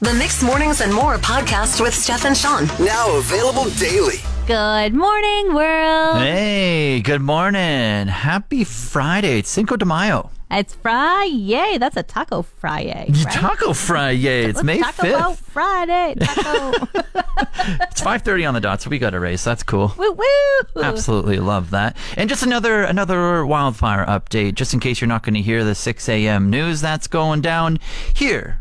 The Mixed Mornings and More podcast with Steph and Sean. Now available daily. Good morning, world. Hey, good morning. Happy Friday. It's Cinco de Mayo. It's Friday. That's a taco Friday. Right? Taco Friday. It's Let's May talk about 5th. Friday. Taco. It's 5:30 on the dot, so we got a race. That's cool. woo woo. Absolutely love that. And just another another wildfire update, just in case you're not going to hear the 6 a.m. news that's going down. Here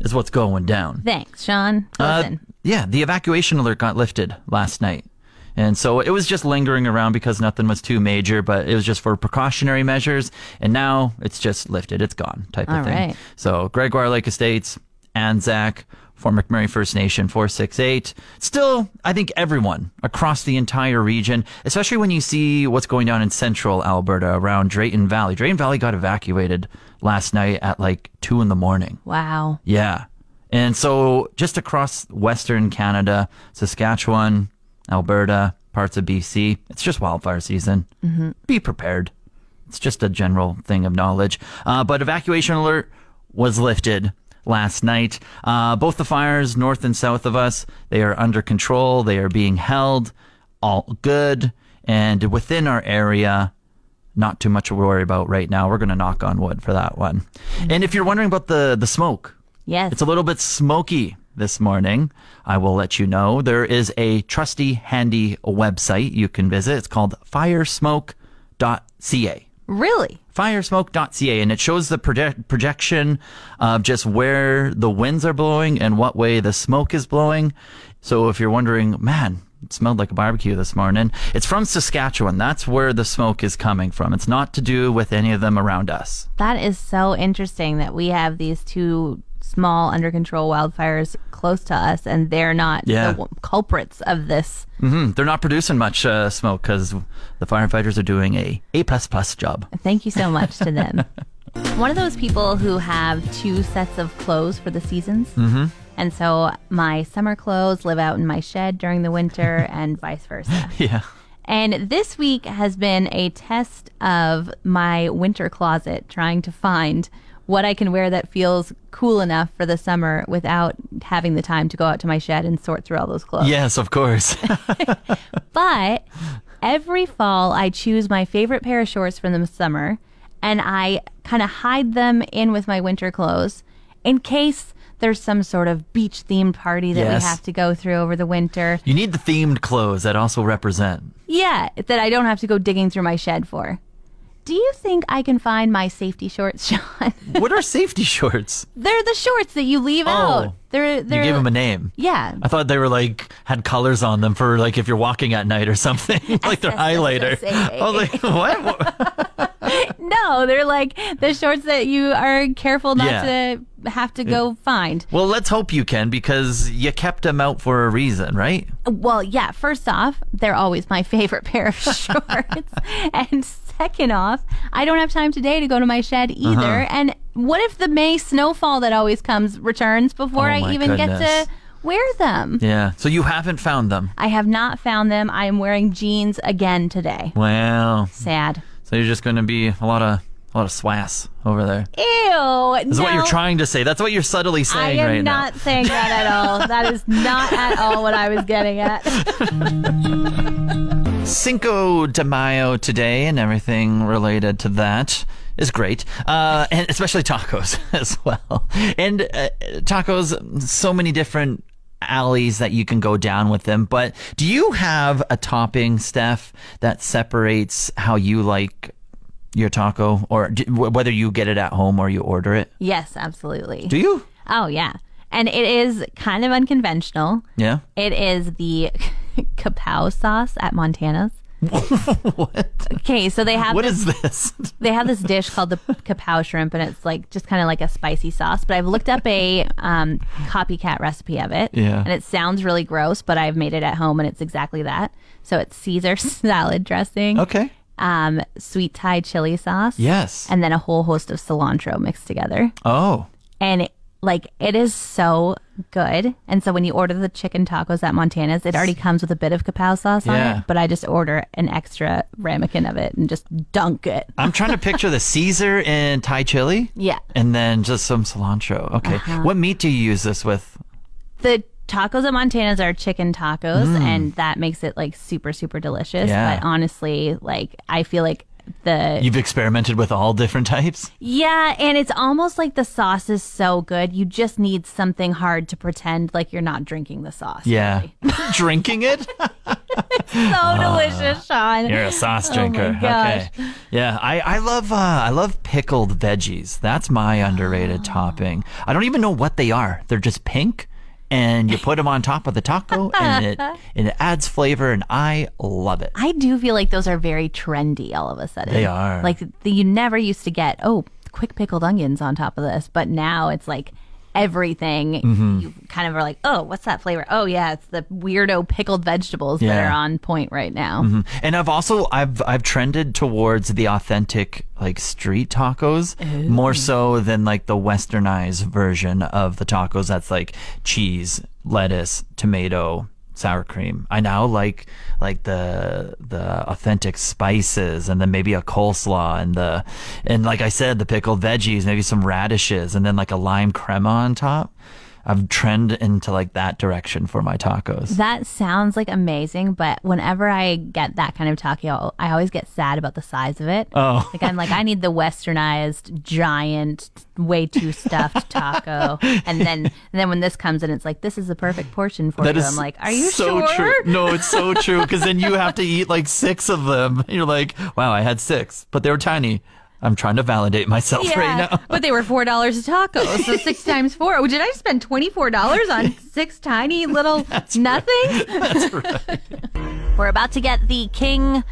is what's going down. Thanks, Sean. Uh, Listen. yeah, the evacuation alert got lifted last night. And so it was just lingering around because nothing was too major, but it was just for precautionary measures. And now it's just lifted. It's gone type of All thing. right. So Gregoire Lake Estates, Anzac, Fort McMurray First Nation, 468. Still, I think everyone across the entire region, especially when you see what's going down in central Alberta around Drayton Valley. Drayton Valley got evacuated last night at like two in the morning. wow. Yeah. And so just across Western Canada, Saskatchewan, Alberta, parts of BC, it's just wildfire season. Mm-hmm. Be prepared. It's just a general thing of knowledge. Uh, but evacuation alert was lifted last night. Uh, both the fires, north and south of us, they are under control. They are being held. All good. And within our area, not too much to worry about right now. We're going to knock on wood for that one. And if you're wondering about the, the smoke, Yes. it's a little bit smoky this morning. I will let you know. There is a trusty, handy website you can visit. It's called firesmoke.ca. really? Firesmoke.ca, and it shows the proje- projection of just where the winds are blowing and what way the smoke is blowing. So if you're wondering, man, it smelled like a barbecue this morning, it's from Saskatchewan. That's where the smoke is coming from. It's not to do with any of them around us. That is so interesting that we have these two small under control wildfires close to us and they're not Yeah. the w- culprits of this. They're not producing much uh, smoke because the firefighters are doing a A plus plus job. Thank you so much to them. One of those people who have two sets of clothes for the seasons. Mm-hmm. And so my summer clothes live out in my shed during the winter and vice versa. Yeah. And this week has been a test of my winter closet, trying to find what I can wear that feels cool enough for the summer without having the time to go out to my shed and sort through all those clothes. Yes, of course. But every fall, I choose my favorite pair of shorts from the summer and I kind of hide them in with my winter clothes in case there's some sort of beach themed party that Yes. we have to go through over the winter. you need the themed clothes that also represent. Yeah, that I don't have to go digging through my shed for. Do you think I can find my safety shorts, Sean? What are safety shorts? they're the shorts that you leave out. They're Oh. You they're gave them a name. yeah. I thought they were like had colors on them for like if you're walking at night or something, like their highlighter. SSSA. I was like, what? What? No, they're like the shorts that you are careful not Yeah. to have to go find. well, let's hope you can because you kept them out for a reason, right? Well, yeah, first off, they're always my favorite pair of shorts. and second off, I don't have time today to go to my shed Uh-huh. either. And what if the May snowfall that always comes returns before Oh, I my even get goodness. to wear them? Yeah. So you haven't found them. I have not found them. I am wearing jeans again today. Wow. Sad. So you're just going to be a lot of a lot of swass over there. Ew. This This is what you're trying to say. That's what you're subtly I saying am right not now. saying that at all. that is not at all what I was getting at. Cinco de Mayo today and everything related to that is great, uh, and especially tacos as well. And uh, tacos, so many different alleys that you can go down with them. But do you have a topping, Steph, that separates how you like your taco, or d- wh- whether you get it at home or you order it? yes, absolutely. Do you? oh, yeah. And it is kind of unconventional. Yeah. It is the kapow sauce at Montana's. Okay, so they have What this, is this? they have this dish called the kapow shrimp, and it's like just kind of like a spicy sauce. But I've looked up a um, copycat recipe of it, Yeah. and it sounds really gross, but I've made it at home, and it's exactly that. So it's Caesar salad dressing, okay. um, sweet Thai chili sauce, Yes. and then a whole host of cilantro mixed together. oh. and it, like it is so good. And so when you order the chicken tacos at Montana's, it already comes with a bit of kapow sauce on Yeah. it. But I just order an extra ramekin of it and just dunk it. I'm trying to picture the Caesar and Thai chili. Yeah. Uh-huh. And then just some cilantro. Okay. What meat do you use this with? The tacos at Montana's are chicken tacos, and that makes it like super super delicious. Mm. Yeah. But honestly, like I feel like the You've experimented with all different types? Yeah, and it's almost like the sauce is so good, you just need something hard to pretend like you're not drinking the sauce. Yeah. Drinking it? So delicious, Sean. You're a sauce drinker. Oh gosh. Okay. Yeah, I, I love uh, I love pickled veggies. That's my underrated Ah. topping. I don't even know what they are. They're just pink, and you put them on top of the taco, and it and it adds flavor, and I love it. I do feel like those are very trendy all of a sudden. They are. Like the, you never used to get, oh, quick pickled onions on top of this, but now it's like everything. Mm-hmm. You kind of are like, oh, what's that flavor? Oh, yeah, it's the weirdo pickled vegetables that Yeah. Mm-hmm. are on point right now. And I've also I've I've trended towards the authentic like street tacos more so than like the westernized version of the tacos that's like cheese, lettuce, tomato, sour cream. I now like like the the authentic spices and then maybe a coleslaw and the and like I said the pickled veggies, maybe some radishes and then like a lime crema on top. I've trend into like that direction for my tacos. That sounds like amazing, but whenever I get that kind of taco, I always get sad about the size of it. Oh. Like I'm like, I need the westernized, giant, way too stuffed taco. and then and then when this comes in, it's like, this is the perfect portion for That you. is I'm like, are you so sure? True. No, it's so true. Because then you have to eat like six of them. You're like, wow, I had six, but they were tiny. I'm trying to validate myself Yeah, right now. but they were four dollars a taco, so six times four. Oh, did I spend twenty four dollars on six tiny little nothing? we're about to get the king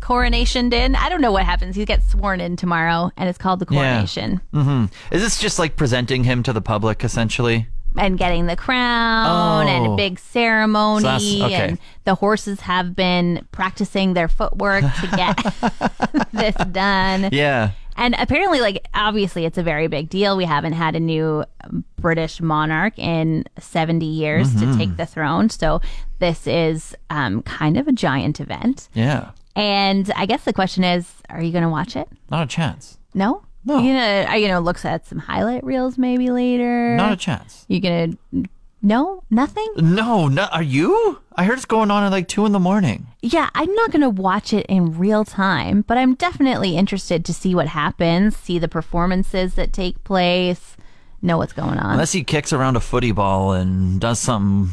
coronationed in. I don't know what happens. He gets sworn in tomorrow, and it's called the coronation Mm. Is this just like presenting him to the public essentially? and getting the crown and a Oh. big ceremony. So that's- okay. And the horses have been practicing their footwork to get this done. Yeah. And apparently, like, obviously, it's a very big deal. We haven't had a new um, British monarch in 70 years to Mm-hmm. take the throne. So, this is um, kind of a giant event. Yeah. And I guess the question is are you going to watch it? Not a chance. No? No. You gonna, are you going to look at some highlight reels maybe later? Not a chance. you going to. No? Nothing? No, no. Are you? I heard it's going on at like two in the morning. Yeah, I'm not going to watch it in real time, but I'm definitely interested to see what happens, see the performances that take place, know what's going on. Unless he kicks around a footy ball and does something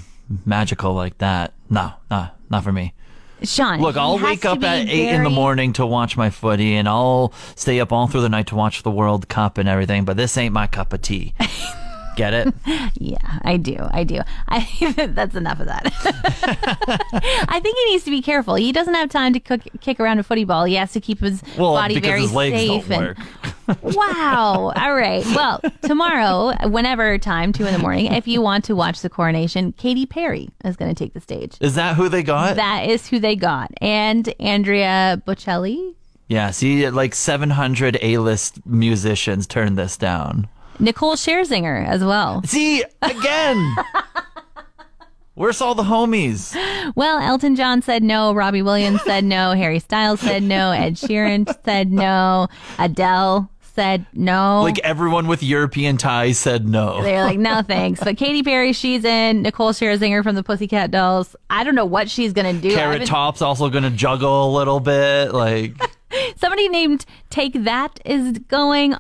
magical like that. No, no, not for me. Sean, Look, he I'll has wake to up be at eight in the very- morning to watch my footy, and I'll stay up all through the night to watch the World Cup and everything. But this ain't my cup of tea. Get it? Yeah, I do. I do. I that's enough of that. I think he needs to be careful. He doesn't have time to cook, kick around a footy ball. He has to keep his Well, body because very his legs safe. don't and- work. wow. All right. Well, tomorrow, whenever time, two in the morning, if you want to watch the coronation, Katy Perry is going to take the stage. Is that who they got? That is who they got, and Andrea Bocelli. yeah. See, like seven hundred A-list musicians turned this down. Nicole Scherzinger as well. See again. Where's all the homies? Well, Elton John said no. Robbie Williams said no. Harry Styles said no. Ed Sheeran said no. Adele said no. Like everyone with European ties said no. They're like, no, thanks. But Katy Perry, she's in. Nicole Scherzinger from the Pussycat Dolls. I don't know what she's going to do. I Carrot haven't- Top's also gonna juggle a little bit. Like Somebody named Take That is going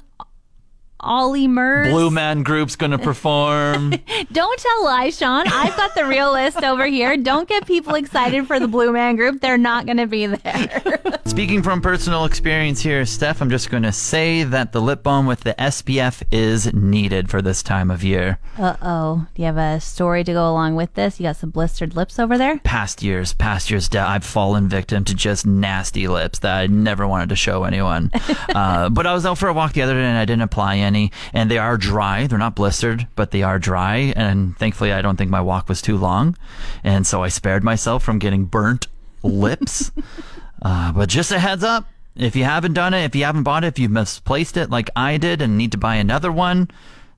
Ollie Murs. Blue Man Group's gonna perform. Don't tell lies, Sean. I've got the real list over here. Don't get people excited for the Blue Man Group. They're not going to be there. Speaking from personal experience here, Steph, I'm just gonna say that the lip balm with the SPF is needed for this time of year. Uh oh. Do you have a story to go along with this? You got some blistered lips over there? Past years, past years, da- I've fallen victim to just nasty lips that I never wanted to show anyone. uh, but I was out for a walk the other day and I didn't apply any, and they are dry. They're not blistered, but they are dry. And thankfully, I don't think my walk was too long, and so I spared myself from getting burnt lips. Uh, but just a heads up if you haven't done it, if you haven't bought it, if you've misplaced it like I did and need to buy another one,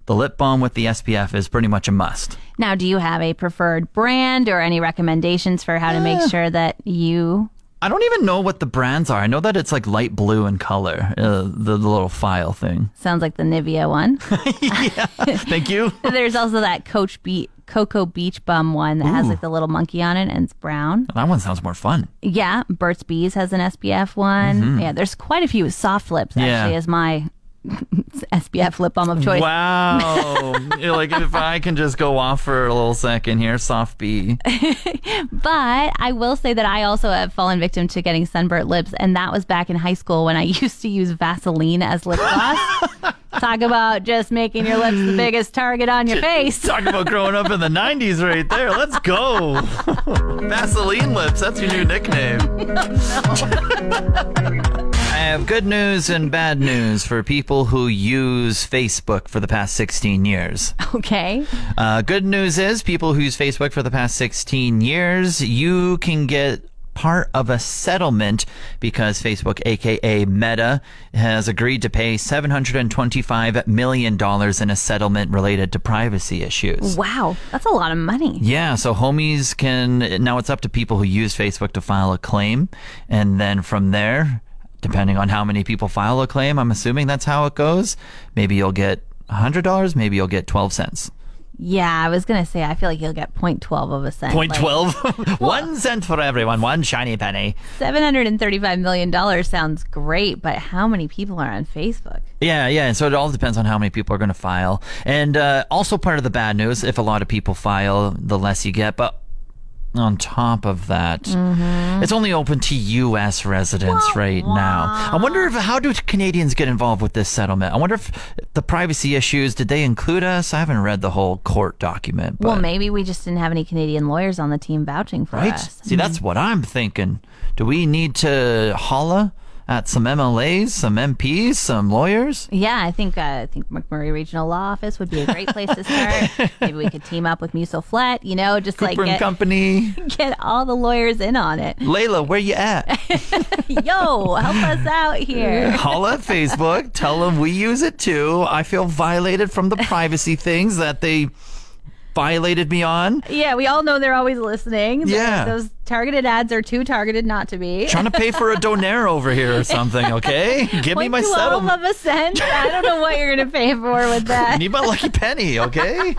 the lip balm with the SPF is pretty much a must. Now, do you have a preferred brand or any recommendations for how to make sure that you. I don't even know what the brands are. I know that it's like light blue in color, uh, the, the little file thing. Sounds like the Nivea one. Thank you. There's also that Coach Beat. Cocoa Beach Bum one that has like the little monkey on it and it's brown. That one sounds more fun. Yeah, Burt's Bees has an SPF one. Yeah, there's quite a few. Soft Lips Yeah. actually is my SPF lip balm of choice. Wow. You're like, if I can just go off for a little second here, soft B. But I will say that I also have fallen victim to getting sunburnt lips, and that was back in high school when I used to use Vaseline as lip gloss. Talk about just making your lips the biggest target on your face. Talk about growing up in the 90s right there. Let's go. Vaseline lips, that's your new nickname. I have good news and bad news for people who use Facebook for the past 16 years. Okay. Uh, good news is, people who use Facebook for the past 16 years, you can get part of a settlement because Facebook, aka Meta, has agreed to pay $725 million in a settlement related to privacy issues. Wow. That's a lot of money. Yeah, so homies can now it's up to people who use Facebook to file a claim, and then from there, depending on how many people file a claim, I'm assuming that's how it goes. Maybe you'll get hundred dollars, maybe you'll get twelve cents. Yeah, I was going to say, I feel like you'll get 0.12 of a cent. Point like, twelve, one cent for everyone, one shiny penny. $735 million sounds great, but how many people are on Facebook? Yeah, yeah. And so it all depends on how many people are going to file. And uh, also part of the bad news, if a lot of people file, the less you get. But on top of that, it's only open to U.S. residents right now. I wonder if how do Canadians get involved with this settlement? I wonder if the privacy issues did they include us? I haven't read the whole court document. But, Well, maybe we just didn't have any Canadian lawyers on the team vouching for right. us. See, that's what I'm thinking. Do we need to holla at some MLAs, some MPs, some lawyers? Yeah, I think uh, I think McMurray Regional Law Office would be a great place to start. Maybe we could team up with Musoflet, you know, just Cooper and like get, Company. get all the lawyers in on it. Layla, where you at? Yo, help us out here. Holla at Facebook. Tell them we use it too. I feel violated from the privacy things that they violated me on. Yeah, we all know they're always listening. Those- Yeah. Those targeted ads are too targeted not to be. Trying to pay for a donaire over here or something, okay? Give me Point my twelve settlement. of a cent. I don't know what you're going to pay for with that. Need my lucky penny, okay?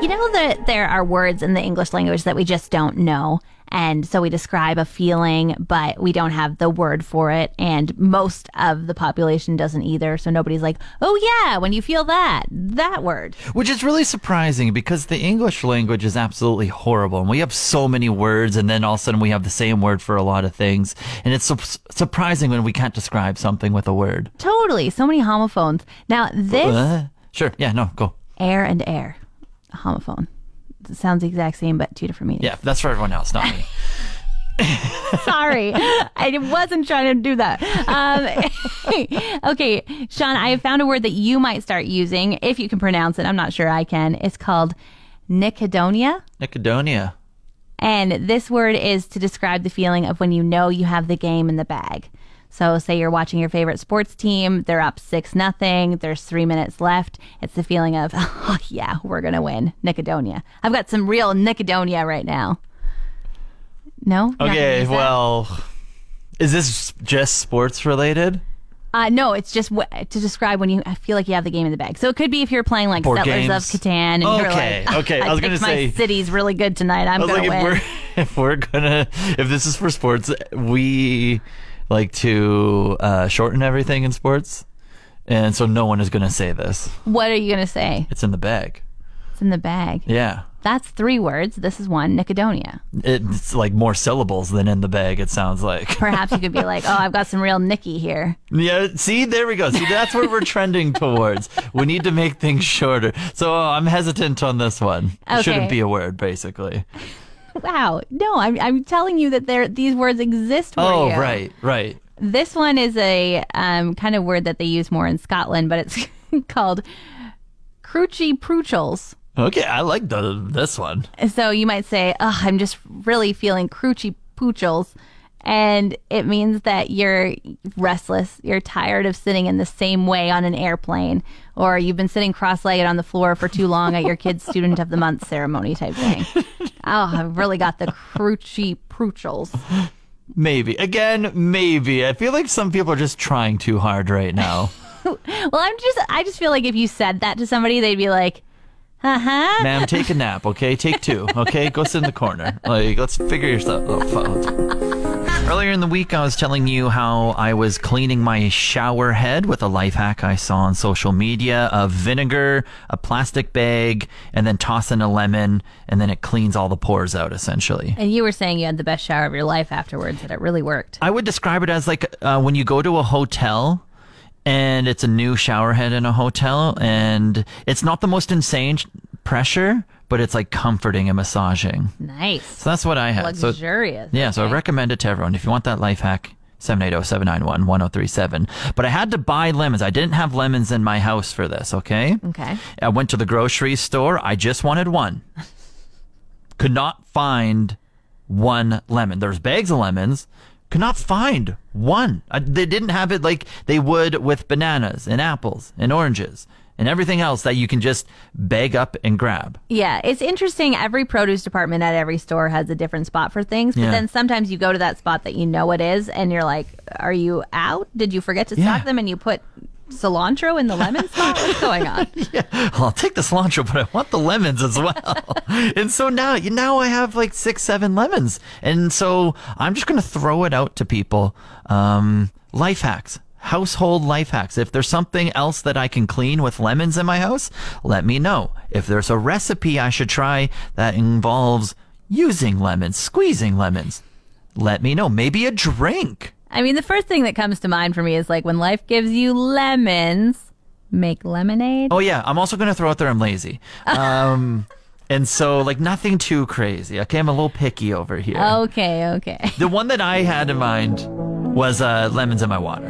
You know that there are words in the English language that we just don't know. And so we describe a feeling, but we don't have the word for it. And most of the population doesn't either. So nobody's like, oh, yeah, when you feel that, that word. Which is really surprising because the English language is absolutely horrible. And we have so many words, and then all of a sudden we have the same word for a lot of things. And it's su- surprising when we can't describe something with a word. Totally. So many homophones. Now, this Uh, sure. Yeah, no, go. air and air, a homophone. It sounds the exact same, but two different meanings. Yeah, that's for everyone else, not me. Sorry. I wasn't trying to do that. Um, okay, Sean, I have found a word that you might start using if you can pronounce it. I'm not sure I can. It's called Nicodonia. Nicodonia. And this word is to describe the feeling of when you know you have the game in the bag. So, say you're watching your favorite sports team, they're up 6 nothing. there's three minutes left. It's the feeling of, oh, yeah, we're going to win. Nicodonia. I've got some real Nicodonia right now. No? Not gonna Okay, use that? well, is this just sports related? Uh, no, it's just w- to describe when you I feel like you have the game in the bag. So it could be if you're playing like Board Settlers games. of Catan and you're Okay, like, okay, I was picked gonna my say- city's really good tonight. I'm I was gonna like, if win. we're if we're gonna if this is for sports, we like to uh, shorten everything in sports. And so no one is going to say this. What are you going to say? It's in the bag. It's in the bag. Yeah. That's three words. This is one, Nicodonia. It's like more syllables than in the bag, it sounds like. Perhaps you could be like, oh, I've got some real Nikki here. Yeah, see, there we go. See, that's where we're trending towards. We need to make things shorter. So uh, I'm hesitant on this one. Okay. It shouldn't be a word, basically. Wow. No, I'm, I'm telling you that there these words exist for Oh, you. right, right. This one is a um, kind of word that they use more in Scotland, but it's called cruchy proochles. Okay, I like the this one. So you might say, oh, I'm just really feeling cruchy poochles. And it means that you're restless. You're tired of sitting in the same way on an airplane, or you've been sitting cross legged on the floor for too long at your kid's student of the month ceremony type thing. oh, I've really got the cruchy poochles. Maybe. Again, maybe. I feel like some people are just trying too hard right now. Well, I'm just, I just feel like if you said that to somebody, they'd be like, uh huh. Ma'am, take a nap, okay? Take two, okay? Go sit in the corner. Like, let's figure yourself out. Earlier in the week, I was telling you how I was cleaning my shower head with a life hack I saw on social media of vinegar, a plastic bag, and then toss in a lemon, and then it cleans all the pores out, essentially. And you were saying you had the best shower of your life afterwards, that it really worked. I would describe it as like uh, when you go to a hotel and it's a new shower head in a hotel, and it's not the most insane sh- pressure, but it's like comforting and massaging. Nice. So that's what I had. So, Luxurious. yeah, so I recommend it to everyone. If you want that life hack, oh, 780-791-1037. But I had to buy lemons. I didn't have lemons in my house for this, okay? Okay. I went to the grocery store. I just wanted one. Could not find one lemon. There's bags of lemons. Could not find one. I, they didn't have it like they would with bananas and apples and oranges and everything else that you can just bag up and grab. Yeah, it's interesting. Every produce department at every store has a different spot for things, but Yeah. then sometimes you go to that spot that you know it is, and you're like, "Are you out? Did you forget to Yeah. stock them?" And you put cilantro in the lemon spot. What's going on? I'll take the cilantro, but I want the lemons as well. and so now, now I have like six, seven lemons, and so I'm just gonna throw it out to people. Um, life hacks, household life hacks. If there's something else that I can clean with lemons in my house, let me know. If there's a recipe I should try that involves using lemons, squeezing lemons, let me know. Maybe a drink. I mean, the first thing that comes to mind for me is like when life gives you lemons, make lemonade. Oh yeah, I'm also gonna throw out there I'm lazy. Um, and so like nothing too crazy. Okay, I'm a little picky over here. Oh. Okay, okay, The one that I had in mind was uh, lemons in my water,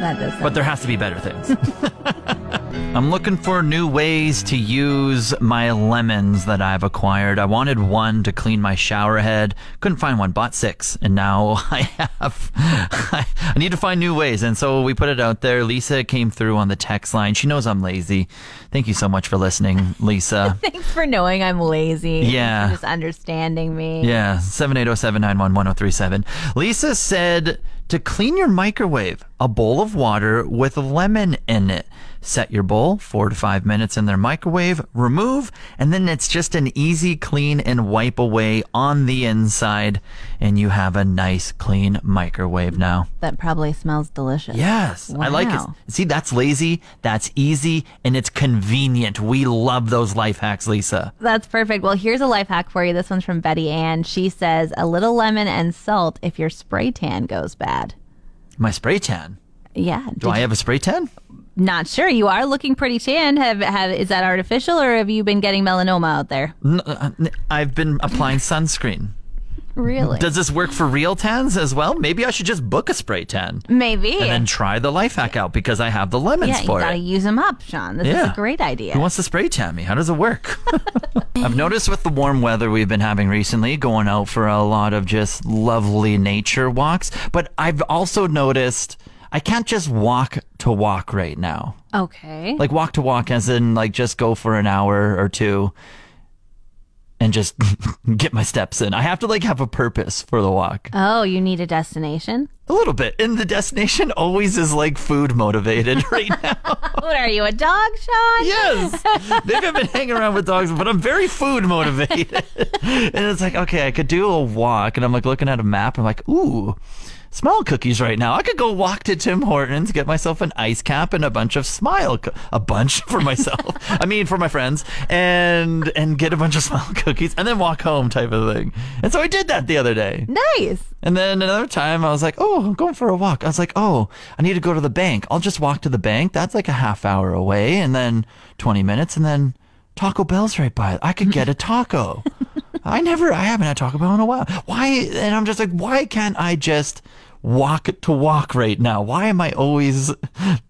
that does. but there has to be better things. I'm looking for new ways to use my lemons that I've acquired. I wanted one to clean my shower head. Couldn't find one, bought six, and now I have. I, I need to find new ways. And so we put it out there. Lisa came through on the text line. She knows I'm lazy. Thank you so much for listening, Lisa. Thanks for knowing I'm lazy. Yeah. for just understanding me. Yeah, 780-791-1037. Lisa said to clean your microwave, a bowl of water with lemon in it. Set your bowl 4 to 5 minutes in their microwave, remove, and then it's just an easy clean and wipe away on the inside and you have a nice clean microwave now. That probably smells delicious. Yes, I like Wow. it. See, that's lazy, that's easy, and it's convenient. We love those life hacks, Lisa. That's perfect. Well, here's a life hack for you. This one's from Betty Ann. She says a little lemon and salt if your spray tan goes bad. My spray tan. Yeah. Do I have a spray tan? Not sure. You are looking pretty tan. Have have is that artificial or have you been getting melanoma out there? N- uh, n- I've been applying sunscreen. Really? Does this work for real tans as well? Maybe I should just book a spray tan Maybe. and then try the life hack out because I have the lemons yeah, you for gotta it. use them up, Sean. This is Yeah. a great idea. Who wants to spray tan me? How does it work? I've noticed with the warm weather we've been having recently, going out for a lot of just lovely nature walks, but I've also noticed I can't just walk to walk right now. okay. Like walk to walk, as in like just go for an hour or two and just get my steps in. I have to like have a purpose for the walk. oh, you need a destination? A little bit. And the destination always is like food motivated right now. what are you, a dog, Sean? yes. Maybe I've been hanging around with dogs, but I'm very food motivated. and it's like, okay, I could do a walk. And I'm like looking at a map. I'm like, ooh, smile cookies right now. I could go walk to Tim Hortons, get myself an ice cap and a bunch of smile, co- a bunch for myself. I mean, for my friends, and and get a bunch of smile cookies, and then walk home, type of thing. And so I did that the other day. Nice. And then another time, I was like, oh, I'm going for a walk. I was like, oh, I need to go to the bank. I'll just walk to the bank. That's like a half hour away, and then 20 minutes, and then Taco Bell's right by. I could get a taco. I never, I haven't had Taco Bell in a while. Why? And I'm just like, why can't I just walk to walk right now? Why am I always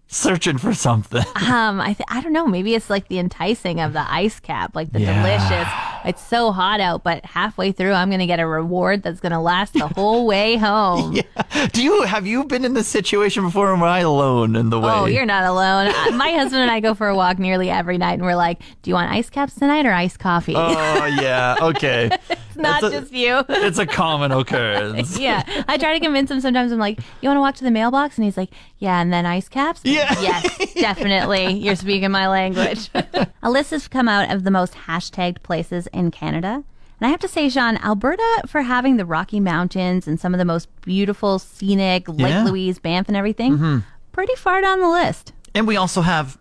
searching for something? Um, I th- I don't know. Maybe it's like the enticing of the ice cap, like the Yeah. delicious. It's so hot out, but halfway through, I'm gonna get a reward that's gonna last the whole way home. yeah. Do you, have you been in this situation before? Am I alone in the way? Oh, you're not alone. I- My husband and I go for a walk nearly every night, and we're like, "Do you want ice caps tonight or iced coffee?" Oh, yeah. Okay. it's not that's a- just you. it's a common occurrence. yeah, I try to convince him. Sometimes I'm like, "You want to walk to the mailbox?" And he's like, "Yeah." And then ice caps. I'm like, Yeah. yes, definitely. You're speaking my language. a list has come out of the most hashtagged places in Canada. And I have to say, Sean, Alberta, for having the Rocky Mountains and some of the most beautiful, scenic Lake Yeah. Mm-hmm. Louise, Banff, and everything, pretty far down the list. And we also have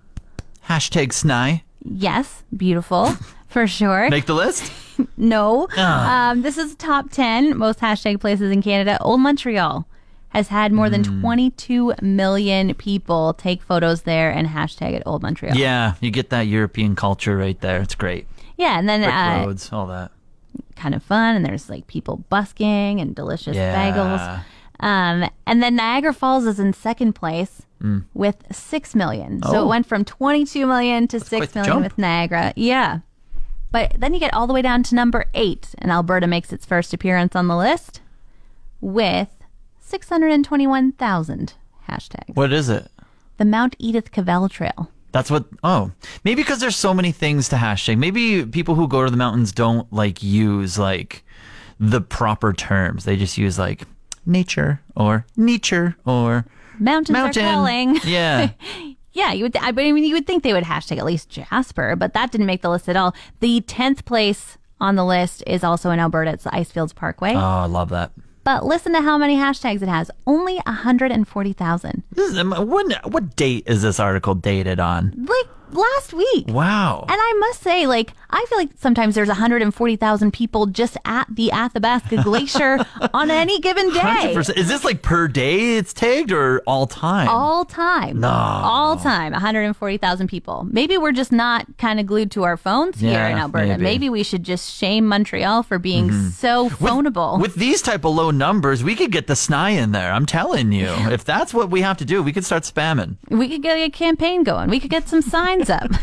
hashtag Sny. Yes, beautiful, for sure. Make the list. No. Um, this is top 10 most hashtag places in Canada. Old Montreal has had more than 22 million people take photos there and hashtag it Old Montreal. Yeah, you get that European culture right there. It's great. Yeah, and then Brick uh, roads, all that. kind of fun, and there's like people busking and delicious Yeah. bagels. Um, and then Niagara Falls is in second place with 6 million. So Mm. Oh. it went from 22 million to 6 quite the million jump. with Niagara. Yeah. But then you get all the way down to number eight, and Alberta makes its first appearance on the list with 621,000 hashtags. What is it? The Mount Edith Cavell Trail. That's what. Oh, maybe because there's so many things to hashtag. Maybe people who go to the mountains don't like use like the proper terms. They just use like nature or nature or Mountains mountain. are calling. Yeah. Yeah, you would. I but I mean, you would think they would hashtag at least Jasper, but that didn't make the list at all. The tenth place on the list is also in Alberta. It's the Icefields Parkway. oh, I love that. but listen to how many hashtags it has. Only hundred and forty thousand. This is, um, when, what date is this article dated on? Like last week. Wow. And I must say, like, I feel like sometimes there's 140,000 people just at the Athabasca Glacier on any given day. 100%. Is this like per day it's tagged or all time? All time. No. All time. 140,000 people. Maybe we're just not kind of glued to our phones here Yeah, in Alberta. maybe. Mm-hmm. Maybe. we should just shame Montreal for being so phoneable. With these type of low numbers, we could get the sny in there. I'm telling you. If that's what we have to do, we could start spamming. we could get a campaign going. We could get some signs up.